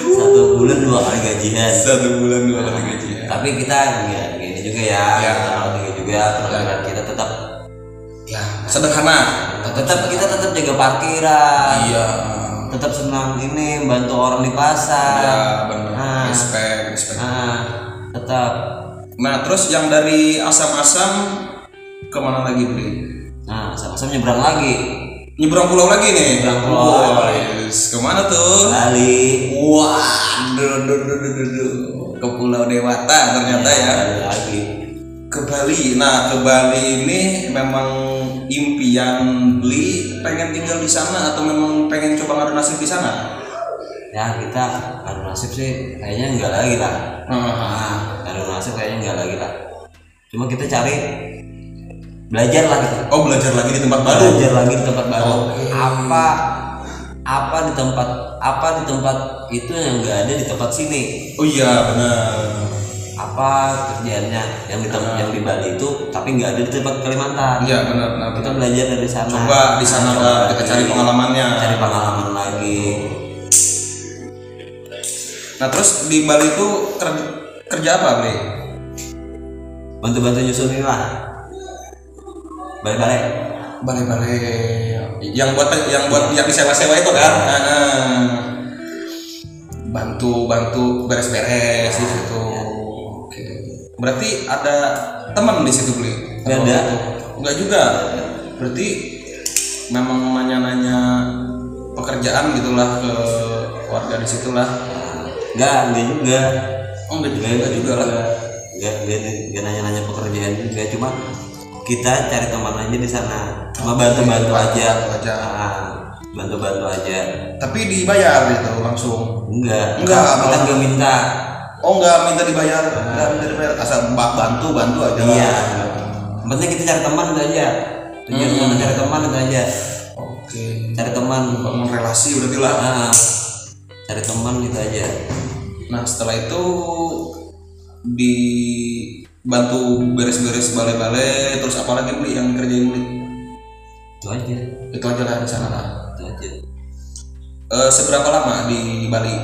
Speaker 2: satu bulan dua kali gajian
Speaker 1: satu bulan dua kali gaji ya
Speaker 2: tapi kita nggak gini juga ya
Speaker 1: Ya.
Speaker 2: kita nggak gini juga penampilan kita tetap
Speaker 1: ya sederhana
Speaker 2: tetap kita tetap jaga parkiran
Speaker 1: iya
Speaker 2: tetap senang ini bantu orang di pasar
Speaker 1: ya benar
Speaker 2: Ah.
Speaker 1: respect respect
Speaker 2: nah tetap
Speaker 1: nah terus yang dari asam-asam kemana lagi beli
Speaker 2: nah sama-sama nyebrang lagi
Speaker 1: nyebrang pulau lagi nih
Speaker 2: Nyebrang pulau.
Speaker 1: Wah, yes. kemana tuh
Speaker 2: Bali
Speaker 1: wah duh, duh, duh, duh, duh, duh. ke pulau dewata ternyata ya
Speaker 2: Bali lagi
Speaker 1: ke Bali nah ke Bali ini memang impian beli pengen tinggal di sana atau memang pengen coba ngadu nasib di sana
Speaker 2: ya kita kalau nasib sih kayaknya nggak lagi lah
Speaker 1: Ah.
Speaker 2: nah kalau nasib kayaknya nggak lagi lah cuma kita cari belajar lah kita
Speaker 1: oh belajar lagi di tempat baru
Speaker 2: belajar lagi di tempat baru
Speaker 1: Oke.
Speaker 2: apa apa di tempat apa di tempat itu yang nggak ada di tempat sini
Speaker 1: oh iya benar
Speaker 2: apa kerjaannya yang di tempat yang di Bali itu tapi nggak ada di tempat Kalimantan
Speaker 1: Nah. iya benar benar
Speaker 2: kita belajar dari sana
Speaker 1: coba di sana
Speaker 2: Coba
Speaker 1: Kak. kita cari pengalamannya
Speaker 2: cari pengalaman lagi
Speaker 1: nah terus di Bali itu kerja, kerja apa beli
Speaker 2: bantu-bantu nyusunin lah balik-balik
Speaker 1: balai-balai yang buat yang buat yang disewa-sewa itu kan Ah, ah. bantu bantu-bantu beres-beres di situ. Oke. Berarti ada teman di situ beli?
Speaker 2: Nggak ada.
Speaker 1: Enggak juga. Berarti memang nanya-nanya pekerjaan gitulah ke warga di situlah.
Speaker 2: Enggak, enggak juga.
Speaker 1: Oh enggak
Speaker 2: Iya,
Speaker 1: juga, enggak juga lah.
Speaker 2: Enggak, enggak, enggak nanya-nanya pekerjaan juga, cuma kita cari teman aja di sana. Cuma bantu-bantu aja.
Speaker 1: Bantu aja.
Speaker 2: Ah, bantu-bantu aja.
Speaker 1: Tapi dibayar gitu langsung.
Speaker 2: Enggak,
Speaker 1: Enggak,
Speaker 2: kita- kita
Speaker 1: malah.
Speaker 2: enggak minta.
Speaker 1: Oh enggak minta dibayar, enggak minta dibayar. Asal ba- bantu, bantu aja. lah.
Speaker 2: Iya. Yang Penting kita cari teman itu aja. Tujuan
Speaker 1: Hmm.
Speaker 2: kita cari teman itu aja.
Speaker 1: Oke.
Speaker 2: Cari teman.
Speaker 1: Bangun relasi berarti lah.
Speaker 2: Ah, cari teman gitu aja.
Speaker 1: Nah setelah itu dibantu beres-beres balai-balai terus apalagi beli yang kerjain beli
Speaker 2: Itu aja.
Speaker 1: itu aja lah di sana lah.
Speaker 2: Itu aja.
Speaker 1: Eh, seberapa lama di, di Bali?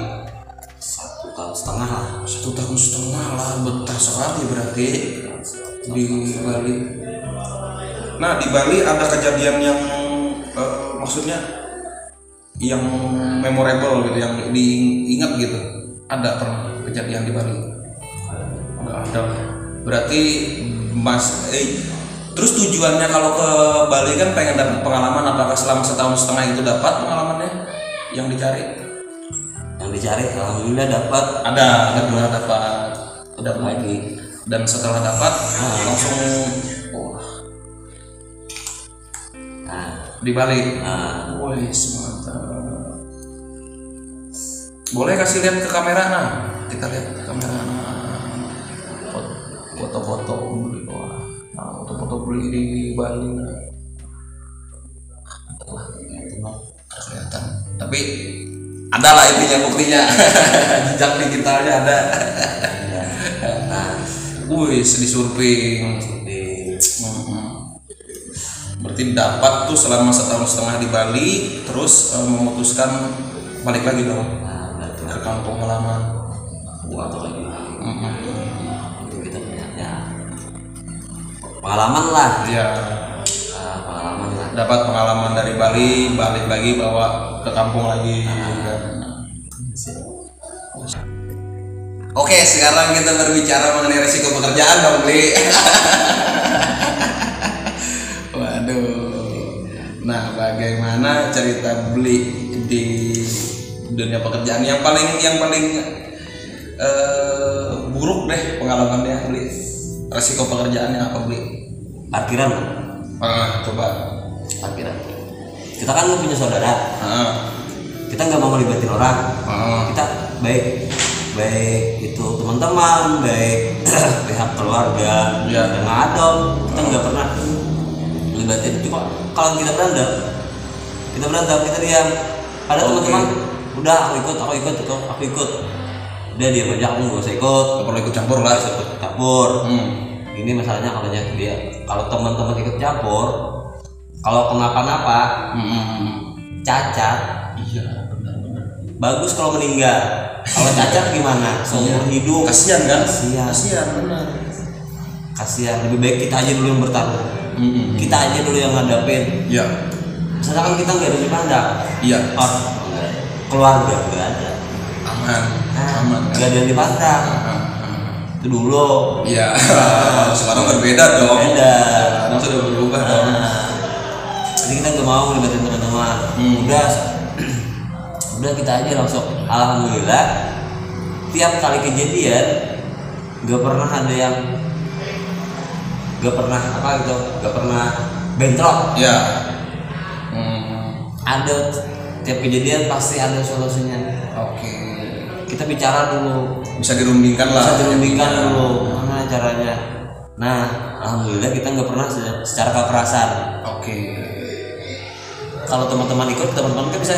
Speaker 2: Satu tahun setengah lah.
Speaker 1: Satu tahun setengah lah betah sekali berarti di Bali. Nah di Bali ada kejadian yang eh, maksudnya yang memorable gitu yang diingat gitu ada pernah kejadian di Bali? Nggak ada. Berarti Mas eh, terus tujuannya kalau ke Bali kan pengen dapat pengalaman apakah selama setahun setengah itu dapat pengalamannya yang dicari?
Speaker 2: Yang dicari alhamdulillah dapat
Speaker 1: Ada, ada dua dapat. Udah
Speaker 2: lagi.
Speaker 1: dan setelah dapat ah, langsung wah,
Speaker 2: Nah,
Speaker 1: dibalik.
Speaker 2: nah,
Speaker 1: Wih, mantap. Boleh kasih lihat ke kamera nah. Kita lihat ke kamera nah. Fot- Foto-foto beli wah. Nah, foto-foto beli di Bali nah. Nggak kelihatan. Tapi ada lah intinya buktinya. Jejak digitalnya ada.
Speaker 2: nah,
Speaker 1: Wih, di surfing.
Speaker 2: di
Speaker 1: Mhm. Berarti dapat tuh selama setahun setengah di Bali, terus eh, memutuskan balik lagi dong
Speaker 2: nah, berarti
Speaker 1: ke kampung halaman.
Speaker 2: buat atau lagi
Speaker 1: Mhm.
Speaker 2: itu kita punya ya pengalaman lah
Speaker 1: Iya,
Speaker 2: Ah, pengalaman lah
Speaker 1: dapat pengalaman dari Bali, balik lagi bawa ke kampung lagi. gitu kan. Oke, sekarang kita berbicara mengenai risiko pekerjaan dong, Bli. Waduh. Nah, bagaimana cerita Bli di dunia pekerjaan yang paling yang paling eh, buruk deh pengalamannya, Bli? Risiko pekerjaannya apa, Bli?
Speaker 2: parkiran
Speaker 1: Ah, coba.
Speaker 2: parkiran kita kan punya saudara
Speaker 1: Ah,
Speaker 2: kita nggak mau ngelibatin orang
Speaker 1: ah,
Speaker 2: kita baik baik itu teman-teman baik pihak keluarga
Speaker 1: Iya.
Speaker 2: yang ada kita nggak pernah ngelibatin cuma kalau kita berantem kita berantem kita diam ada
Speaker 1: Oke.
Speaker 2: teman-teman udah aku ikut aku ikut aku, aku ikut udah dia aja aku nggak usah ikut
Speaker 1: nggak perlu ikut campur lah.
Speaker 2: ikut campur
Speaker 1: Hmm.
Speaker 2: ini masalahnya kalau dia kalau teman-teman ikut campur kalau kenapa-napa
Speaker 1: Hmm.
Speaker 2: cacat
Speaker 1: Iya, benar-benar.
Speaker 2: bagus kalau meninggal kalau cacat
Speaker 1: Iya.
Speaker 2: gimana seumur hidup
Speaker 1: Kasihan kan?
Speaker 2: Kasihan.
Speaker 1: Kasihan, benar.
Speaker 2: kasihan lebih baik kita aja dulu yang bertarung kita aja dulu yang ngadapin
Speaker 1: Hmm, Iya,
Speaker 2: sedangkan kita nggak ada di pandang
Speaker 1: iya.
Speaker 2: Or, keluarga nggak ada
Speaker 1: Aman, aman. kan?
Speaker 2: nggak ada yang dipandang
Speaker 1: Ah,
Speaker 2: itu dulu
Speaker 1: ah. Iya, sekarang berbeda dong.
Speaker 2: beda
Speaker 1: Sekarang sudah Nah, berubah dong.
Speaker 2: Ah. jadi kita nggak mau ngelibatin teman-teman
Speaker 1: Hmm.
Speaker 2: udah udah kita aja langsung alhamdulillah tiap kali kejadian nggak pernah ada yang nggak pernah apa gitu nggak pernah bentrok
Speaker 1: Iya. Hmm,
Speaker 2: ada tiap kejadian pasti ada solusinya
Speaker 1: Oke.
Speaker 2: kita bicara dulu
Speaker 1: Bisa dirundingkan lah.
Speaker 2: bisa dirundingkan dulu mana caranya nah alhamdulillah kita nggak pernah se- secara kekerasan
Speaker 1: Oke.
Speaker 2: kalau teman-teman ikut teman-teman kan bisa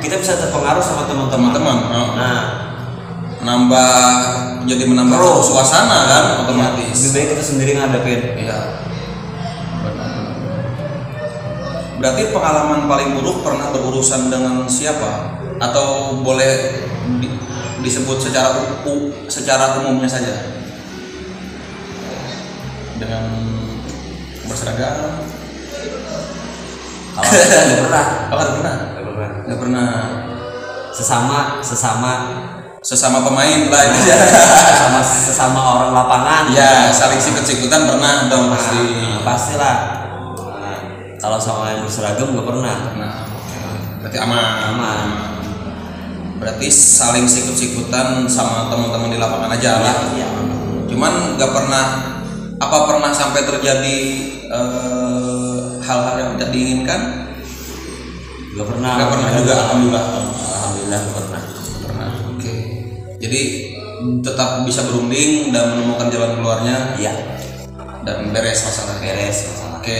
Speaker 2: kita bisa terpengaruh sama teman-teman
Speaker 1: Teman-teman, ah.
Speaker 2: nah
Speaker 1: nambah jadi menambah
Speaker 2: Terus. Iya.
Speaker 1: suasana kan
Speaker 2: lebih
Speaker 1: otomatis.
Speaker 2: baik kita sendiri ngadepin
Speaker 1: Iya. Benar. Berarti pengalaman paling buruk pernah berurusan dengan siapa? Atau boleh di- disebut secara u- u- secara umumnya saja? Dengan berseragam?
Speaker 2: kalau kita nggak pernah
Speaker 1: Oh, nggak pernah.
Speaker 2: nggak pernah
Speaker 1: Nggak pernah.
Speaker 2: sesama sesama
Speaker 1: sesama pemain lah ya.
Speaker 2: sama sesama orang lapangan
Speaker 1: ya saling sikut-sikutan pernah dong pasti
Speaker 2: Nah, pastilah Nah, kalau sama yang berseragam nggak pernah
Speaker 1: nah berarti aman
Speaker 2: aman
Speaker 1: berarti saling sikut-sikutan sama teman-teman di lapangan aja lah
Speaker 2: Iya.
Speaker 1: cuman nggak pernah apa pernah sampai terjadi eh, hal-hal yang tidak diinginkan
Speaker 2: nggak pernah
Speaker 1: nggak pernah juga alhamdulillah
Speaker 2: alhamdulillah nggak pernah
Speaker 1: pernah oke jadi tetap bisa berunding dan menemukan jalan keluarnya
Speaker 2: iya
Speaker 1: dan beres masalahnya
Speaker 2: beres masalah
Speaker 1: oke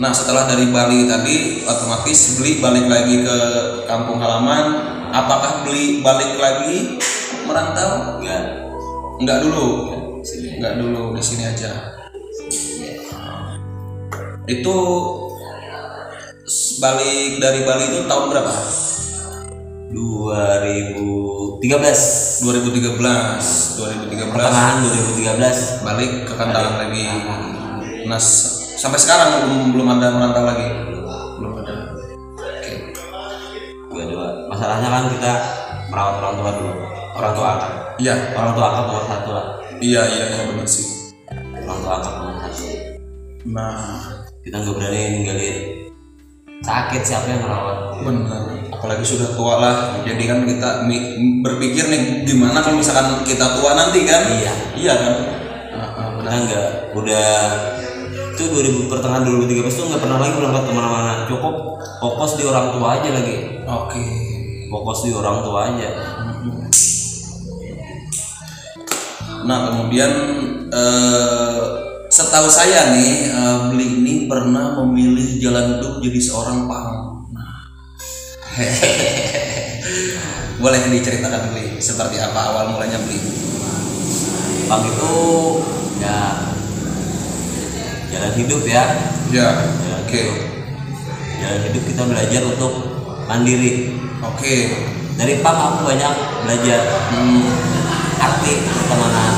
Speaker 1: nah setelah dari Bali tadi otomatis beli balik lagi ke kampung halaman apakah beli balik lagi merantau
Speaker 2: enggak
Speaker 1: Enggak dulu
Speaker 2: sini
Speaker 1: nggak dulu di sini aja itu s- balik dari Bali itu tahun berapa
Speaker 2: 2013
Speaker 1: 2013 2013
Speaker 2: pertengahan 2013
Speaker 1: balik ke Kantangan lagi nah s- sampai sekarang belum belum ada merantau lagi belum ada oke
Speaker 2: dua dua masalahnya kan kita merawat orang tua dulu orang tua angkat
Speaker 1: iya
Speaker 2: orang tua angkat nomor satu lah
Speaker 1: iya iya iya benar sih
Speaker 2: orang tua angkat nomor satu
Speaker 1: nah
Speaker 2: kita nggak berani ninggalin sakit siapa yang merawat
Speaker 1: benar apalagi sudah tua lah jadi kan kita mi- berpikir nih gimana kalau misalkan kita tua nanti kan
Speaker 2: iya
Speaker 1: iya kan Ah, ah, benar.
Speaker 2: karena nggak udah itu 2000 pertengahan 2013 tuh nggak pernah lagi berangkat kemana-mana cukup fokus di orang tua aja lagi
Speaker 1: Oke.
Speaker 2: fokus di orang tua aja
Speaker 1: Nah kemudian eh, setahu saya nih eh, Beli ini pernah memilih jalan hidup jadi seorang pang. Nah. Boleh diceritakan Beli seperti apa awal mulanya Beli?
Speaker 2: bang itu gitu, ya jalan hidup ya
Speaker 1: Ya.
Speaker 2: Jalan
Speaker 1: Oke.
Speaker 2: hidup. jalan hidup kita belajar untuk mandiri
Speaker 1: Oke.
Speaker 2: dari pang aku banyak belajar
Speaker 1: Hmm,
Speaker 2: arti pertemanan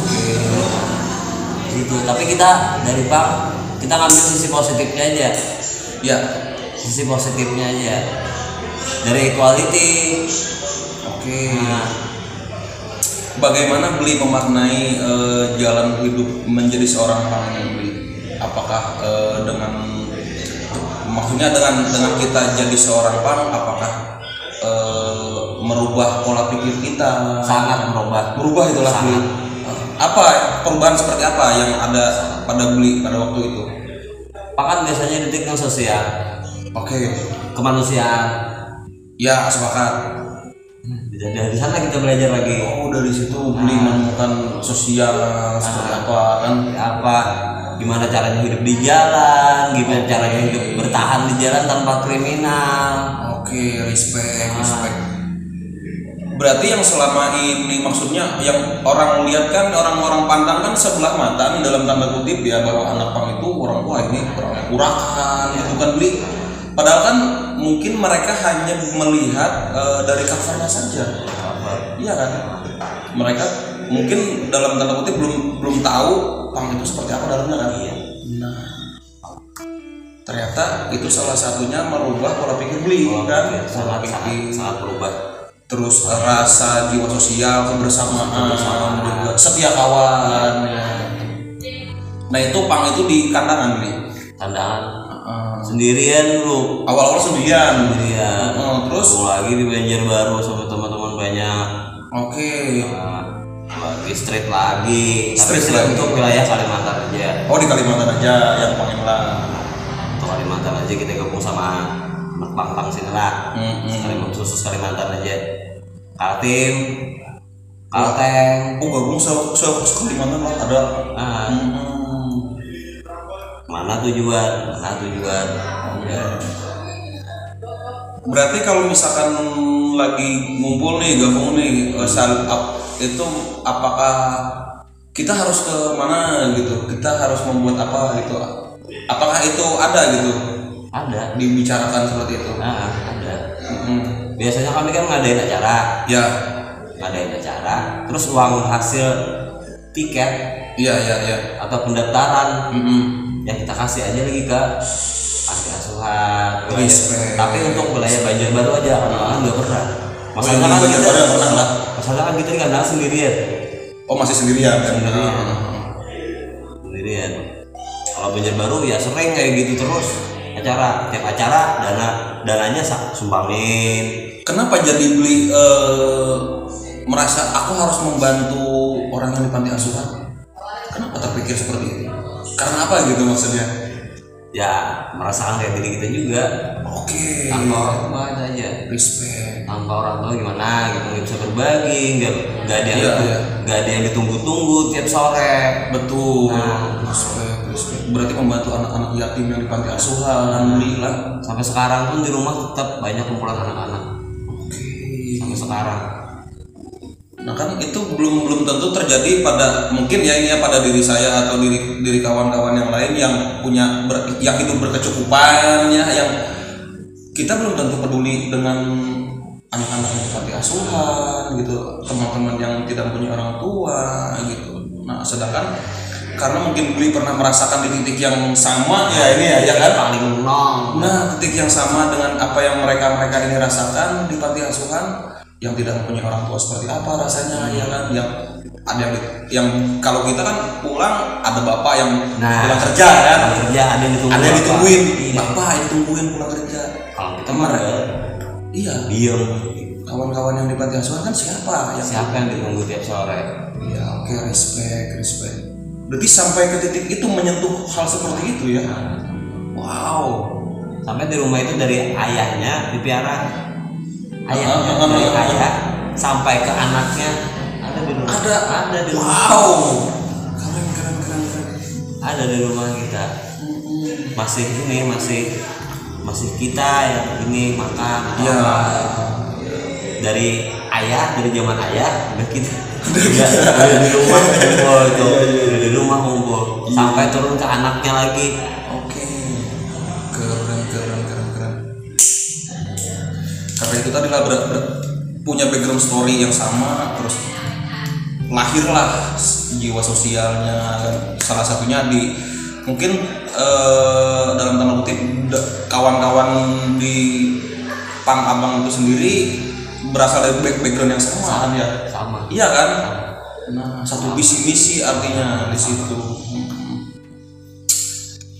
Speaker 1: Oke.
Speaker 2: gitu tapi kita dari pang kita ngambil sisi positifnya aja
Speaker 1: Ya.
Speaker 2: sisi positifnya aja dari equality
Speaker 1: Oke.
Speaker 2: nah,
Speaker 1: Bagaimana Beli memaknai eh, jalan hidup menjadi seorang pang ini Beli? Apakah eh, dengan maksudnya dengan dengan kita jadi seorang pang apakah eh, merubah pola pikir kita?
Speaker 2: sangat merubah
Speaker 1: Merubah itulah Beli.
Speaker 2: sangat
Speaker 1: Apa perubahan seperti apa yang ada pada Beli pada waktu itu?
Speaker 2: Pang kan biasanya detik yang sosial
Speaker 1: Oke.
Speaker 2: kemanusiaan
Speaker 1: Ya, sepakat.
Speaker 2: dari, dari sana kita belajar lagi
Speaker 1: Oh, dari situ Beli menemukan sosial seperti apa kan?
Speaker 2: apa gimana caranya hidup di jalan gimana caranya hidup bertahan di jalan tanpa kriminal
Speaker 1: Oke, respect, respect. Berarti yang selama ini maksudnya yang orang lihat kan orang-orang pandang kan sebelah mata nih dalam tanda kutip ya bahwa anak pang itu orang wah ini orang yang kurakan gitu kan beli. Padahal kan mungkin mereka hanya melihat eh, dari covernya saja. Iya kan? Mereka mungkin dalam tanda kutip belum belum tahu pang itu seperti apa dalamnya kan. Nah, ternyata itu salah satunya merubah pola pikir beli kan pola
Speaker 2: sangat sangat
Speaker 1: pikir
Speaker 2: sangat berubah
Speaker 1: terus eh, rasa jiwa sosial kebersamaan juga setia kawan ya. nah itu pang itu di kandangan beli
Speaker 2: tandangan
Speaker 1: Ah.
Speaker 2: sendirian lu
Speaker 1: awal-awal sendirian
Speaker 2: sendirian
Speaker 1: Eh, terus
Speaker 2: Ketemu lagi di Banjarbaru sama teman-teman banyak
Speaker 1: oke
Speaker 2: Nah, lagi street lagi tapi
Speaker 1: Iya. Street
Speaker 2: street
Speaker 1: lagi.
Speaker 2: untuk wilayah Kalimantan aja
Speaker 1: oh di Kalimantan aja yang Pangimelan
Speaker 2: untuk Kalimantan aja kita gabung sama anak pang-pang sini lah
Speaker 1: Mm-mm.
Speaker 2: Kalimantan khusus Kalimantan aja Kaltim Kalteng
Speaker 1: oh gabung se- se- se- Kalimantan lah ada Hmm.
Speaker 2: nah,
Speaker 1: Mm-mm.
Speaker 2: mana tujuan mana tujuan
Speaker 1: Berarti kalau misalkan lagi ngumpul nih, gabung nih, eh, sal- ap- itu apakah kita harus ke mana gitu? Kita harus membuat apa gitu? Apakah itu ada gitu?
Speaker 2: ada
Speaker 1: Dibicarakan seperti itu?
Speaker 2: nah, ada
Speaker 1: Mm-mm.
Speaker 2: biasanya kami kan ngadain acara
Speaker 1: Ya,
Speaker 2: ngadain acara terus uang hasil tiket
Speaker 1: iya, iya, iya.
Speaker 2: atau pendaftaran
Speaker 1: Mm-mm.
Speaker 2: yang kita kasih aja lagi ke panti asuhan wilayah-
Speaker 1: Respect.
Speaker 2: tapi untuk wilayah Banjarbaru aja karena orang nggak pernah masalahnya kan
Speaker 1: Gua juga
Speaker 2: kita
Speaker 1: pernah- pernah lah.
Speaker 2: masalahnya kan kita di kandang sendirian
Speaker 1: Oh masih sendirian kan?
Speaker 2: Sendirian.
Speaker 1: Ah.
Speaker 2: sendirian kalau banjir baru ya sering kayak gitu terus acara tiap acara dana dananya sa- sumbangin
Speaker 1: Kenapa jadi beli eh, merasa aku harus membantu orang yang di panti asuhan? Kenapa terpikir seperti itu? Karena apa gitu maksudnya?
Speaker 2: ya merasakan kayak diri kita juga
Speaker 1: Oke,
Speaker 2: tanpa orang tua aja
Speaker 1: respect.
Speaker 2: tanpa orang tua gimana gitu nggak bisa berbagi nggak nggak ada yang
Speaker 1: Iya, iya.
Speaker 2: nggak ada yang ditunggu-tunggu tiap sore
Speaker 1: Betul.
Speaker 2: Nah.
Speaker 1: Respect, respect. Berarti membantu anak-anak yatim yang di panti asuhan, alhamdulillah.
Speaker 2: sampai sekarang pun di rumah tetap banyak kumpulan anak-anak
Speaker 1: Oke.
Speaker 2: sampai sekarang
Speaker 1: Nah kan itu belum belum tentu terjadi pada mungkin ya ini ya pada diri saya atau diri diri kawan-kawan yang lain yang punya ber- yang hidup berkecukupan ya yang kita belum tentu peduli dengan anak-anak yang seperti asuhan gitu teman-teman yang tidak punya orang tua gitu nah sedangkan karena mungkin beli pernah merasakan di titik yang sama ya ini ya, ya kan
Speaker 2: paling nol
Speaker 1: Nah, titik yang sama dengan apa yang mereka-mereka ini rasakan di panti asuhan yang tidak mempunyai orang tua seperti apa rasanya ya kan yang ada yang, yang kalau kita kan pulang ada bapak yang
Speaker 2: Nah.
Speaker 1: pulang kerja kan
Speaker 2: kerja ada yang ditunggu
Speaker 1: ada yang
Speaker 2: apa?
Speaker 1: ditungguin
Speaker 2: Iya.
Speaker 1: bapak yang ditungguin pulang kerja
Speaker 2: kalau kita
Speaker 1: Teman.
Speaker 2: mah
Speaker 1: iya
Speaker 2: diem
Speaker 1: kawan-kawan yang di panti asuhan kan siapa yang
Speaker 2: siapa yang ditunggu tiap sore
Speaker 1: iya oke respect respect berarti sampai ke titik itu menyentuh hal seperti itu ya wow
Speaker 2: sampai di rumah itu dari ayahnya dipiara ayahnya
Speaker 1: Ah, ah, ah,
Speaker 2: dari
Speaker 1: ah, ah.
Speaker 2: ayah sampai ke anaknya ada di rumah
Speaker 1: Ada.
Speaker 2: ada di rumah
Speaker 1: wow keren keren keren keren
Speaker 2: ada di rumah kita
Speaker 1: Mm-mm.
Speaker 2: masih ini masih masih kita yang ini makan
Speaker 1: Ya.
Speaker 2: apa. dari ayah dari zaman ayah udah kita udah udah di
Speaker 1: Iya,
Speaker 2: rumah kumpul itu udah di rumah kumpul sampai turun ke anaknya lagi
Speaker 1: Oke. Keren, keren, keren, keren. Karena itu tadi lah ber- ber- punya background story yang sama, terus lahirlah jiwa sosialnya. kan. Salah satunya di mungkin eh, dalam tanda kutip da- kawan-kawan di Pang Abang itu sendiri berasal dari back- background yang sama kan ya.
Speaker 2: sama
Speaker 1: Iya kan? Nah, satu visi misi artinya di situ.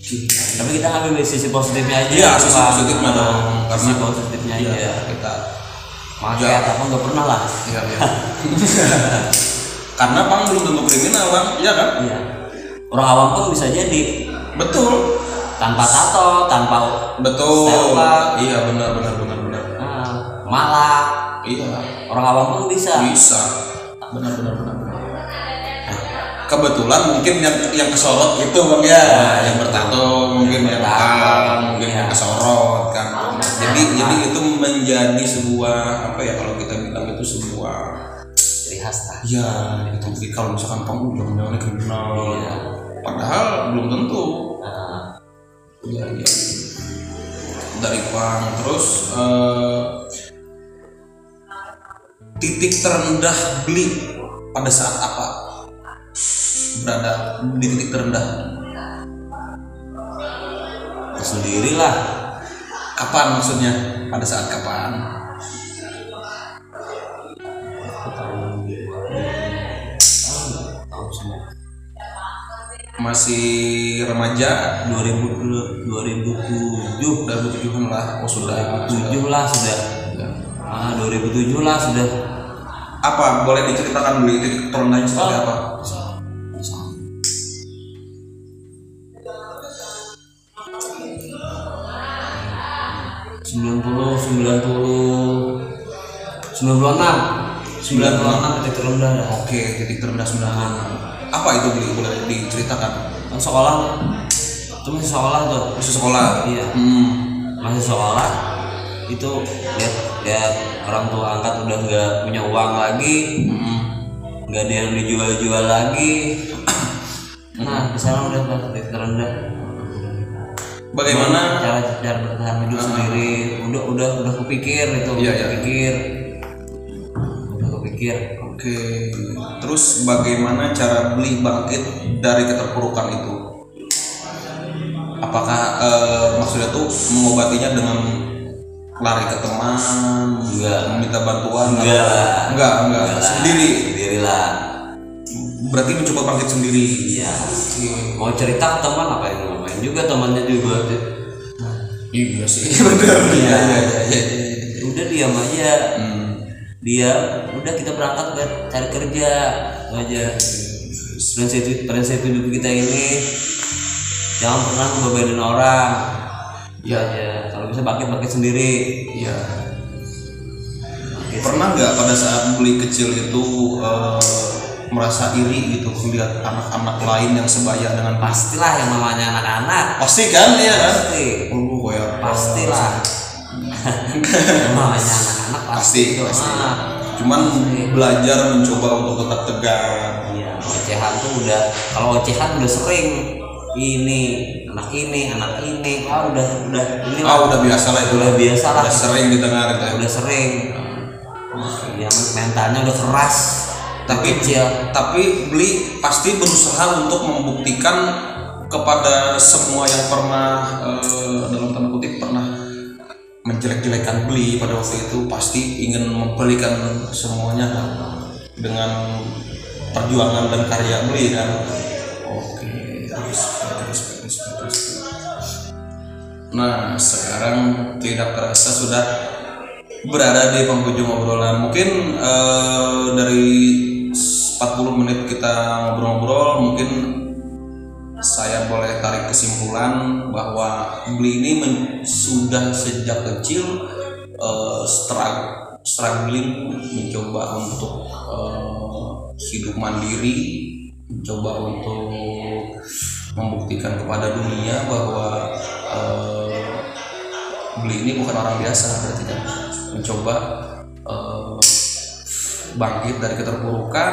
Speaker 1: Gila.
Speaker 2: tapi kita ambil dari sisi positifnya aja ya,
Speaker 1: Iya, sisi
Speaker 2: Bang.
Speaker 1: positifnya dong,
Speaker 2: sisi
Speaker 1: karena-
Speaker 2: positifnya
Speaker 1: Iya,
Speaker 2: aja
Speaker 1: kita.
Speaker 2: makanya
Speaker 1: Iya.
Speaker 2: aku nggak pernah lah
Speaker 1: Iya, iya. Karena Bang belum tentu kriminal, Bang. Iya kan?
Speaker 2: iya orang awam pun bisa jadi
Speaker 1: Betul.
Speaker 2: tanpa tato tanpa
Speaker 1: Betul.
Speaker 2: Stella.
Speaker 1: Iya, benar benar benar benar.
Speaker 2: ah, malak
Speaker 1: Iya,
Speaker 2: orang awam pun bisa
Speaker 1: bisa. Benar benar benar benar. Kebetulan mungkin yang yang kesorot itu Bang ya, yang bertato mungkin yang
Speaker 2: bertato.
Speaker 1: ah, mungkin
Speaker 2: Iya.
Speaker 1: yang kesorot kan. Jadi jadi itu menjadi sebuah apa ya kalau kita bilang itu sebuah
Speaker 2: ciri khas lah.
Speaker 1: Iya, itu Jadi kalau misalkan kamu udah menjalani kriminal,
Speaker 2: Iya.
Speaker 1: padahal belum tentu.
Speaker 2: Nah,
Speaker 1: Iya, iya. Dari Pang terus eh, titik terendah beli pada saat apa berada di titik terendah?
Speaker 2: sendirilah
Speaker 1: Kapan maksudnya? Pada saat kapan?
Speaker 2: aku tahun tahun semua
Speaker 1: Masih remaja?
Speaker 2: 2000 2007
Speaker 1: Udah 27 lah, oh sudah.
Speaker 2: 7 lah sudah ah 2007 lah sudah
Speaker 1: Apa boleh diceritakan beli titik terendahnya seperti apa?
Speaker 2: sembilan puluh sembilan puluh sembilan puluh enam sembilan puluh enam titik terendah dah
Speaker 1: Oke, titik terendah 96. Apa itu beli boleh diceritakan?
Speaker 2: kan sekolah itu masih sekolah tuh
Speaker 1: Masih sekolah.
Speaker 2: iya
Speaker 1: Hmm.
Speaker 2: masih sekolah itu lihat lihat orang tua angkat udah nggak punya uang lagi
Speaker 1: Mm-mm.
Speaker 2: nggak ada yang dijual-jual lagi nah kesana udah Pak, titik terendah
Speaker 1: Bagaimana? Ah.
Speaker 2: cara cara bertahan hidup sendiri udah udah udah kepikir
Speaker 1: Iya,
Speaker 2: itu udah
Speaker 1: iya.
Speaker 2: kepikir udah kepikir
Speaker 1: Oke. Terus bagaimana cara beli bangkit dari keterpurukan itu? Apakah eh, maksudnya tuh mengobatinya dengan lari ke teman
Speaker 2: Enggak.
Speaker 1: minta bantuan
Speaker 2: enggak lah
Speaker 1: enggak enggak,
Speaker 2: Enggak lah.
Speaker 1: sendiri
Speaker 2: sendiri lah
Speaker 1: berarti mencoba bangkit sendiri
Speaker 2: iya mau cerita ke teman apa yang ngapain juga temannya juga
Speaker 1: iya sih benar iya iya iya iya.
Speaker 2: udah diam aja
Speaker 1: Hmm.
Speaker 2: diam udah kita berangkat buat cari kerja Itu aja prinsip prinsip hidup kita ini jangan pernah ngebebanin orang
Speaker 1: Iya.
Speaker 2: ya aja kalau bisa bangkit bangkit sendiri
Speaker 1: Iya.
Speaker 2: Bangkit.
Speaker 1: Pernah nggak pada saat beli kecil itu eh, merasa iri gitu melihat anak-anak lain yang sebaya dengan pas?
Speaker 2: pastilah yang namanya anak-anak
Speaker 1: Pasti kan ya kan?
Speaker 2: pasti
Speaker 1: Oh, kayak
Speaker 2: pastilah yang namanya anak-anak Iya. pasti
Speaker 1: pasti
Speaker 2: itu
Speaker 1: pasti.
Speaker 2: ah.
Speaker 1: Cuman belajar mencoba untuk tetap tegang.
Speaker 2: Iya, ocehan tuh udah kalau ocehan udah sering ini anak ini anak ini ah udah udah ini
Speaker 1: Ah
Speaker 2: lah,
Speaker 1: udah biasa lah itu
Speaker 2: udah biasa lah
Speaker 1: Udah sering didengar gitu.
Speaker 2: udah sering ya mentalnya udah keras
Speaker 1: Tapi-
Speaker 2: kecil
Speaker 1: Tapi beli pasti berusaha untuk membuktikan kepada semua yang pernah eh, dalam tanda kutip pernah menjelek-jelekan beli pada waktu itu pasti ingin membelikan semuanya kan, dengan perjuangan dan karya beli kan oke respect, respect, respect, respect. nah sekarang tidak terasa sudah berada di penghujung obrolan mungkin eh, dari 40 menit kita ngobrol-ngobrol mungkin saya boleh tarik kesimpulan bahwa beli ini men- sudah sejak kecil eh, strug- struggling mencoba untuk eh, hidup mandiri mencoba untuk membuktikan kepada dunia bahwa eh, beli ini bukan orang biasa berarti kan mencoba eh, bangkit dari keterpurukan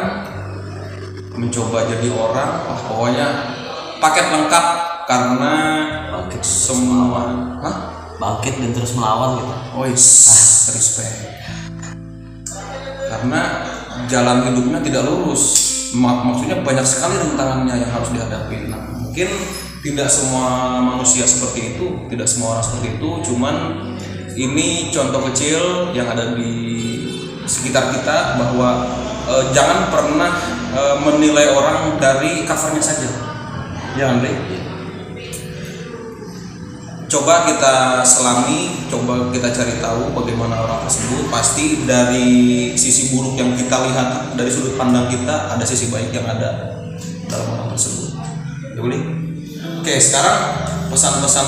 Speaker 1: mencoba jadi orang wah pokoknya paket lengkap karena
Speaker 2: bangkit
Speaker 1: semua hah
Speaker 2: bangkit dan terus melawan gitu
Speaker 1: Ois, Ah, respect. Karena jalan hidupnya tidak lurus. Ma- Maksudnya banyak sekali rintangannya yang harus dihadapi. Nah, mungkin tidak semua manusia seperti itu, tidak semua orang seperti itu. Cuman ini contoh kecil yang ada di sekitar kita bahwa eh, jangan pernah eh, menilai orang dari covernya saja. Ya kan, Jangan deh coba kita selami, coba kita cari tahu bagaimana orang tersebut. Pasti dari sisi buruk yang kita lihat dari sudut pandang kita ada sisi baik yang ada dalam orang tersebut. Ya boleh? Oke, sekarang pesan-pesan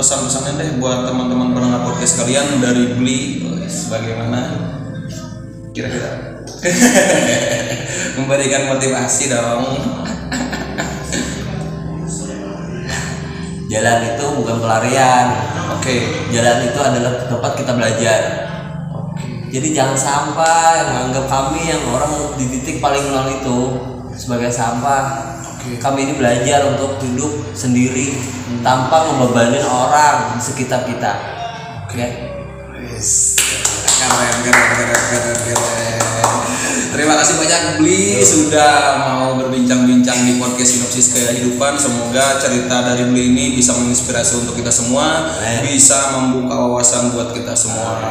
Speaker 1: pesan-pesannya deh buat teman-teman pendengar podcast kalian dari Bli sebagaimana kira-kira memberikan motivasi dong.
Speaker 2: jalan itu bukan pelarian
Speaker 1: Oke.
Speaker 2: jalan itu adalah tempat kita belajar jadi jangan sampai menganggap kami yang orang di titik paling nol itu sebagai sampah
Speaker 1: Oke.
Speaker 2: kami ini belajar untuk hidup sendiri tanpa membebanin orang di sekitar kita oke
Speaker 1: Yes. Keren, keren, keren, keren, keren. Terima kasih banyak Bli sudah mau berbincang-bincang di podcast sinopsis kehidupan. Semoga cerita dari Bli ini bisa menginspirasi untuk kita semua,
Speaker 2: Amin.
Speaker 1: bisa membuka wawasan buat kita semua,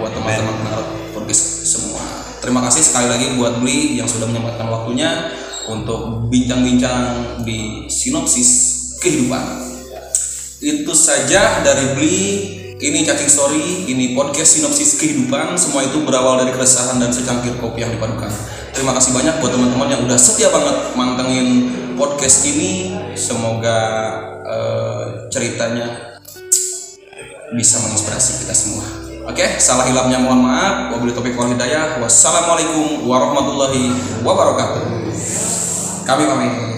Speaker 1: buat teman-teman pendengar podcast semua. Terima kasih sekali lagi buat Bli yang sudah menyempatkan waktunya untuk bincang-bincang di sinopsis kehidupan itu saja dari beli ini cacing story ini podcast sinopsis kehidupan semua itu berawal dari keresahan dan secangkir kopi yang dipadukan terima kasih banyak buat teman-teman yang udah setia banget mantengin podcast ini semoga eh, ceritanya bisa menginspirasi kita semua Oke, salah hilangnya mohon maaf. Wabillahi taufiq wal hidayah. Wassalamualaikum warahmatullahi wabarakatuh. Kami pamit.